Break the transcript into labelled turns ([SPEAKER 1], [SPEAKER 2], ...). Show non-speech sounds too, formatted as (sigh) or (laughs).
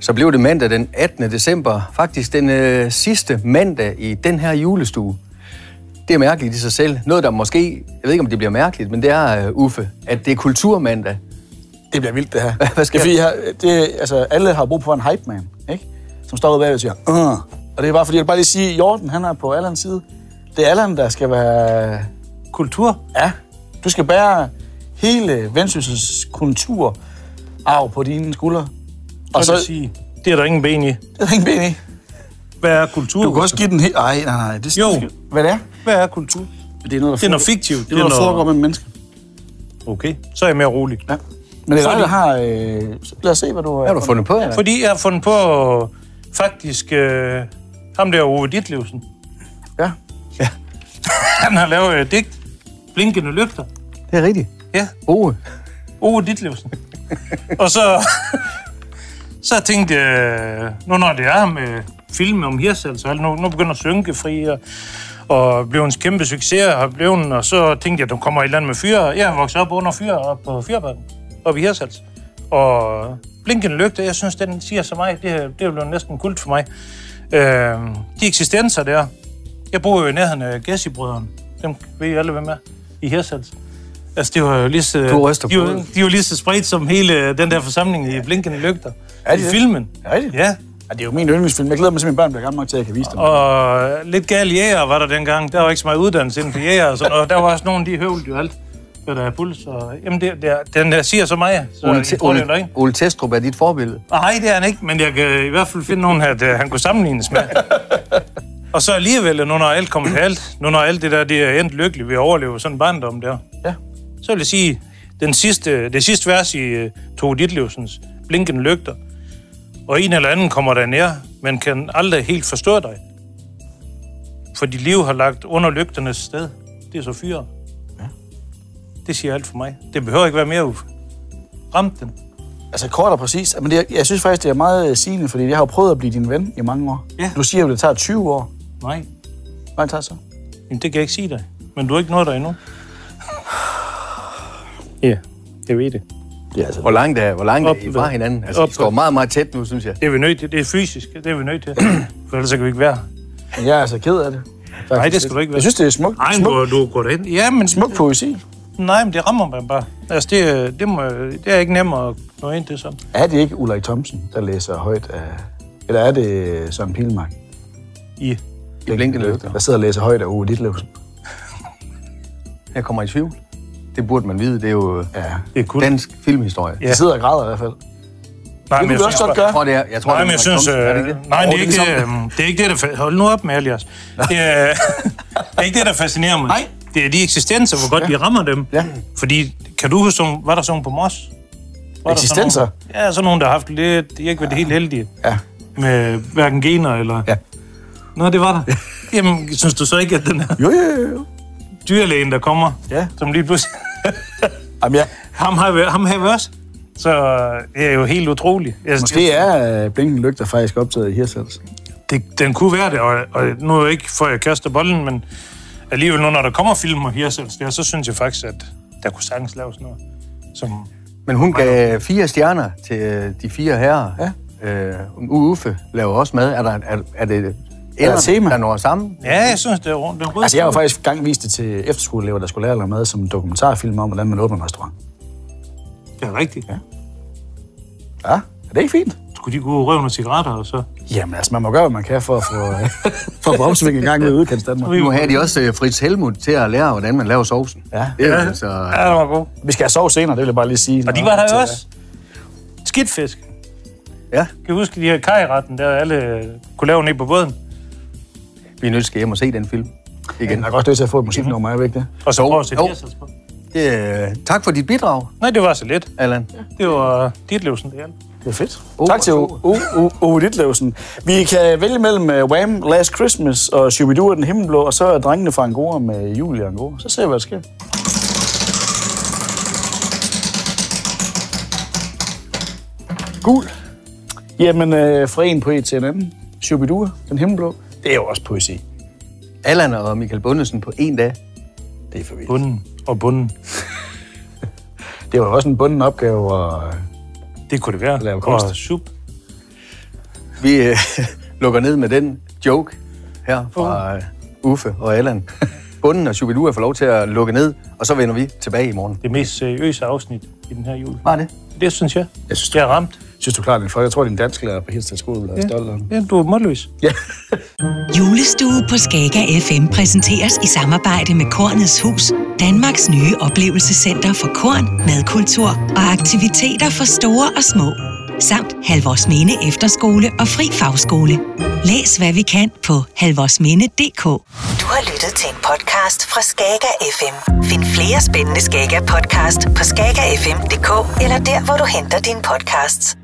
[SPEAKER 1] Så blev det mandag den 18. december, faktisk den øh, sidste mandag i den her julestue. Det er mærkeligt i sig selv. Noget, der måske, jeg ved ikke om det bliver mærkeligt, men det er, øh, Uffe, at det er kulturmandag.
[SPEAKER 2] Det bliver vildt, det her.
[SPEAKER 1] (laughs) Hvad sker
[SPEAKER 2] det er, fordi, her, det, altså, alle har brug for en hype man, ikke? som står ude bagved og siger, Åh. og det er bare fordi, jeg vil bare lige sige, Jordan, han er på Allans side. Det er Allan, der skal være... Kultur? Ja. Du skal bære hele Vendsyssels kultur arv på dine skuldre. Og så,
[SPEAKER 3] vil jeg sige, det er der ingen ben i.
[SPEAKER 2] det er der ingen ben i.
[SPEAKER 3] Hvad er kultur?
[SPEAKER 2] Du kan også give den helt... Ej, nej, nej. Det,
[SPEAKER 3] Jo.
[SPEAKER 2] Hvad det er?
[SPEAKER 3] Hvad er kultur?
[SPEAKER 2] Det er noget, der
[SPEAKER 3] Det er noget
[SPEAKER 2] foregår-
[SPEAKER 3] fiktivt.
[SPEAKER 2] Det er noget, der foregår mellem mennesker.
[SPEAKER 3] Okay, så er jeg mere rolig.
[SPEAKER 2] Ja. Men det er
[SPEAKER 3] Så er
[SPEAKER 2] dig, der
[SPEAKER 3] det-
[SPEAKER 2] har... Øh... så Lad os se, hvad du
[SPEAKER 1] Hvad har du fundet på? Eller?
[SPEAKER 3] Fordi jeg har fundet på faktisk øh, ham der Ove Ditlevsen.
[SPEAKER 2] Ja.
[SPEAKER 3] (laughs) Han har lavet et digt. Blinkende lygter.
[SPEAKER 1] Det er rigtigt.
[SPEAKER 3] Ja,
[SPEAKER 1] Ove.
[SPEAKER 3] Ove Ditlevsen. og så, (laughs) så tænkte jeg, nu når det er med film om Hirsals, så nu, nu begynder Synkefri og, og blev en kæmpe succes, og, blev en, og så tænkte jeg, at der kommer et eller andet med fyre. Jeg har vokset op under fyre op på Fyrbakken, oppe i Hirsals. Og Blinkende Lygte, jeg synes, den siger så meget, det, er- det er blevet næsten kult for mig. Øh, de eksistenser der, jeg bor jo i nærheden af Gessibrødrene. Dem ved I alle, hvem er i Hirsals. Altså, det var jo lige så,
[SPEAKER 1] Du ryster på
[SPEAKER 3] de, var,
[SPEAKER 1] hovedet.
[SPEAKER 3] de var lige så spredt som hele den der forsamling i Blinkende Lygter.
[SPEAKER 2] Er de
[SPEAKER 3] Er de I
[SPEAKER 2] det?
[SPEAKER 3] filmen.
[SPEAKER 2] Er de det?
[SPEAKER 3] Ja,
[SPEAKER 2] Ja, det er jo min yndlingsfilm. Jeg glæder mig til, at mine børn bliver gamle nok til, at jeg kan vise dem.
[SPEAKER 3] og lidt gal jæger var der dengang. Der var ikke så meget uddannelse inden for jæger, og, sådan, og der var også nogen, de høvlede jo alt. Hvad der er puls, og jamen, det, det, er- den der siger så meget, så
[SPEAKER 1] Ole,
[SPEAKER 3] Ole, jeg
[SPEAKER 1] Te-
[SPEAKER 3] tror, det er
[SPEAKER 1] Ole,
[SPEAKER 3] løgn.
[SPEAKER 1] Ole Testrup er dit forbillede.
[SPEAKER 3] Nej, det er han ikke, men jeg kan i hvert fald finde nogen her, der han kunne sammenlignes med. og så alligevel, nu når alt kommer til alt, nu når alt det der, det er endt lykkeligt ved at overleve sådan en barndom der,
[SPEAKER 2] Ja.
[SPEAKER 3] så vil jeg sige, den sidste, det sidste vers i uh, Tove Ditlevsens Blinkende Lygter, og en eller anden kommer dig nær, men kan aldrig helt forstå dig. For dit liv har lagt under lygternes sted. Det er så fyre. Ja. Det siger alt for mig. Det behøver ikke være mere uf. Ramt den.
[SPEAKER 2] Altså kort og præcis. Men det, er- jeg synes faktisk, det er meget øh, sigende, fordi jeg har jo prøvet at blive din ven i mange år.
[SPEAKER 3] Ja.
[SPEAKER 2] Du siger jo, det tager 20 år.
[SPEAKER 3] Nej,
[SPEAKER 2] Hvad lang tid tager det så?
[SPEAKER 3] Jamen, det kan jeg ikke sige dig. Men du har ikke nået dig endnu. Ja, det ved det.
[SPEAKER 2] Det er altså...
[SPEAKER 1] Hvor langt er, hvor langt er
[SPEAKER 3] Op
[SPEAKER 1] I
[SPEAKER 3] ved-
[SPEAKER 1] fra hinanden? Altså,
[SPEAKER 3] op
[SPEAKER 1] I står
[SPEAKER 3] ved-
[SPEAKER 1] meget, meget tæt nu, synes jeg.
[SPEAKER 3] Det er vi nødt til. Det er fysisk. Det er vi nødt til. (clears throat) For ellers så kan vi ikke være. her.
[SPEAKER 2] Men jeg er altså ked af det. Faktisk.
[SPEAKER 3] Nej, det skal du ikke være.
[SPEAKER 2] Jeg synes, det er smukt.
[SPEAKER 3] Nej,
[SPEAKER 2] smukt,
[SPEAKER 3] du, du går derind. Ja, men
[SPEAKER 2] smuk poesi.
[SPEAKER 3] Nej, men det rammer man bare. Altså, det, det, må, det er ikke nemt at nå ind til sådan.
[SPEAKER 2] Er det ikke Ulrik Thomsen, der læser højt af... Eller er det øh, Søren Pilmark?
[SPEAKER 3] I.
[SPEAKER 1] I blinkende lygter.
[SPEAKER 2] Der sidder og læser højt af Ove Ditlevsen.
[SPEAKER 1] Jeg kommer i tvivl. Det burde man vide. Det er jo øh,
[SPEAKER 2] Ja.
[SPEAKER 3] Det er cool.
[SPEAKER 1] dansk filmhistorie.
[SPEAKER 2] De sidder og græder i hvert fald.
[SPEAKER 3] nej,
[SPEAKER 2] Det
[SPEAKER 3] men
[SPEAKER 2] kunne
[SPEAKER 3] jeg
[SPEAKER 2] vi også
[SPEAKER 3] synes,
[SPEAKER 2] godt
[SPEAKER 1] Jeg
[SPEAKER 2] gøre.
[SPEAKER 1] tror, det er, jeg tror,
[SPEAKER 3] Nej,
[SPEAKER 1] det
[SPEAKER 3] men
[SPEAKER 1] er
[SPEAKER 3] jeg synes...
[SPEAKER 1] Henrik Thomsen.
[SPEAKER 3] Øh,
[SPEAKER 1] Er det ikke det?
[SPEAKER 3] nej, det er,
[SPEAKER 2] Jo,
[SPEAKER 3] ikke,
[SPEAKER 2] det er
[SPEAKER 3] det, øh, det er ikke det, der... fa- Hold nu op med alias. Det er, (laughs) det er ikke det, der fascinerer mig.
[SPEAKER 2] Nej.
[SPEAKER 3] Det er de eksistenser, hvor godt ja. de rammer dem.
[SPEAKER 2] Ja.
[SPEAKER 3] Fordi, kan du huske, nogen- var der sådan nogen på Mos? Var der sådan
[SPEAKER 2] Eksistenser?
[SPEAKER 3] nogen- Ja, sådan nogen, der har haft lidt... De har ikke været ja. helt heldige.
[SPEAKER 2] Ja.
[SPEAKER 3] Med hverken gener eller...
[SPEAKER 2] Ja.
[SPEAKER 3] Nå, det var der. Jamen, synes du så ikke, at den her
[SPEAKER 2] Jo, jo, jo, jo.
[SPEAKER 3] dyrlægen, der kommer,
[SPEAKER 2] Ja.
[SPEAKER 3] som lige pludselig... (laughs)
[SPEAKER 2] Jamen, ja.
[SPEAKER 3] Ham har, vi, ham har vi også. Så øh, det er jo helt utroligt. Jeg,
[SPEAKER 2] Måske er øh, Blinken Lygter faktisk optaget i Hirsals.
[SPEAKER 3] det, den kunne være det, og, og nu er jeg ikke for at kaste bolden, men alligevel nu, når der kommer film og hirsels der, så synes jeg faktisk, at der kunne sagtens laves noget. Som,
[SPEAKER 1] Men hun gav fire stjerner til øh, de fire herrer.
[SPEAKER 2] Ja.
[SPEAKER 1] Øh, Uffe laver også mad. Er, der, er, er det
[SPEAKER 2] der
[SPEAKER 1] ender,
[SPEAKER 2] tema?
[SPEAKER 1] der når sammen?
[SPEAKER 3] ja, jeg synes, det er rundt. Det er
[SPEAKER 2] Altså, jeg har jo
[SPEAKER 3] faktisk...
[SPEAKER 2] faktisk gang vist det til efterskoleelever, der skulle lære at lave mad som en dokumentarfilm om, hvordan man åbner en restaurant.
[SPEAKER 3] Det er rigtigt. Ja.
[SPEAKER 2] Ja, er det ikke fint?
[SPEAKER 3] Skulle de gå ud og røve nogle cigaretter, og så...
[SPEAKER 2] Jamen, altså, man må gøre, hvad man kan for at få, (laughs) for at få opsving en gang ud i udkants Danmark.
[SPEAKER 1] Nu har de også øh, Fritz Helmut til at lære, hvordan man laver sovsen.
[SPEAKER 2] Ja.
[SPEAKER 1] Det er jo altså...
[SPEAKER 3] Ja, det var godt.
[SPEAKER 2] Vi skal have sov senere, det vil jeg bare lige sige.
[SPEAKER 3] Og de var der jo også. Skidtfisk.
[SPEAKER 1] Ja,
[SPEAKER 3] Kan I huske de her kajretten, der alle kunne lave ned på båden?
[SPEAKER 1] vi er nødt til at hjem og se den film
[SPEAKER 2] Jeg
[SPEAKER 1] igen.
[SPEAKER 2] har godt lyst til at få et musiknummer, er vi ikke det?
[SPEAKER 3] Og så
[SPEAKER 1] Jo,
[SPEAKER 3] prøve at sætte
[SPEAKER 1] jo.
[SPEAKER 3] hirsels på.
[SPEAKER 1] Ja. Øh, tak for dit bidrag,
[SPEAKER 3] Nej, det var så let.
[SPEAKER 1] Allan.
[SPEAKER 3] Det var dit livsen, det Uh, hjalp.
[SPEAKER 2] Det er fedt.
[SPEAKER 1] Ove
[SPEAKER 2] Uh, tak til
[SPEAKER 1] og
[SPEAKER 2] O- O- O- Ove Ditlevsen. Vi kan vælge mellem øh, Wham! Last Christmas og Shubidua den himmelblå, og så er drengene fra Angora med Julie Angora. Så ser vi, hvad der sker.
[SPEAKER 1] Gul.
[SPEAKER 2] uh, E Jamen, øh, fra en på et til en anden. Shubidua, den himmelblå. Det er jo også poesi.
[SPEAKER 1] Allan og Michael Bundesen på en dag.
[SPEAKER 2] Det er for vildt.
[SPEAKER 3] Bunden og bunden.
[SPEAKER 2] Det var jo også en bunden opgave, og øh,
[SPEAKER 3] Det kunne det være.
[SPEAKER 2] Lave kunst.
[SPEAKER 3] Og sup.
[SPEAKER 1] Vi øh, (laughs) lukker ned med den joke her fra øh, Uffe og Allan. Bunden og Shubidua får lov til at lukke ned, og så vender vi tilbage i morgen.
[SPEAKER 3] Det mest seriøse afsnit i den her jul.
[SPEAKER 1] Var det?
[SPEAKER 3] Det synes jeg.
[SPEAKER 2] Jeg synes,
[SPEAKER 3] jeg er ramt.
[SPEAKER 2] synes du klart, det er flot. Jeg tror, din dansklærer på Hirtshals skole bliver ja. stolt af den.
[SPEAKER 3] Ja, du er målløs.
[SPEAKER 4] Julestue på Skager FM præsenteres i samarbejde med Kornets Hus, Danmarks nye oplevelsescenter for korn, madkultur og aktiviteter for store og små. Samt Halvorsminde Efterskole og Fri Fagskole. Læs hvad vi kan på halvorsminde.dk Du har lyttet til en podcast fra Skager FM. Find flere spændende Skager podcast på skagerfm.dk eller der, hvor du henter dine podcasts.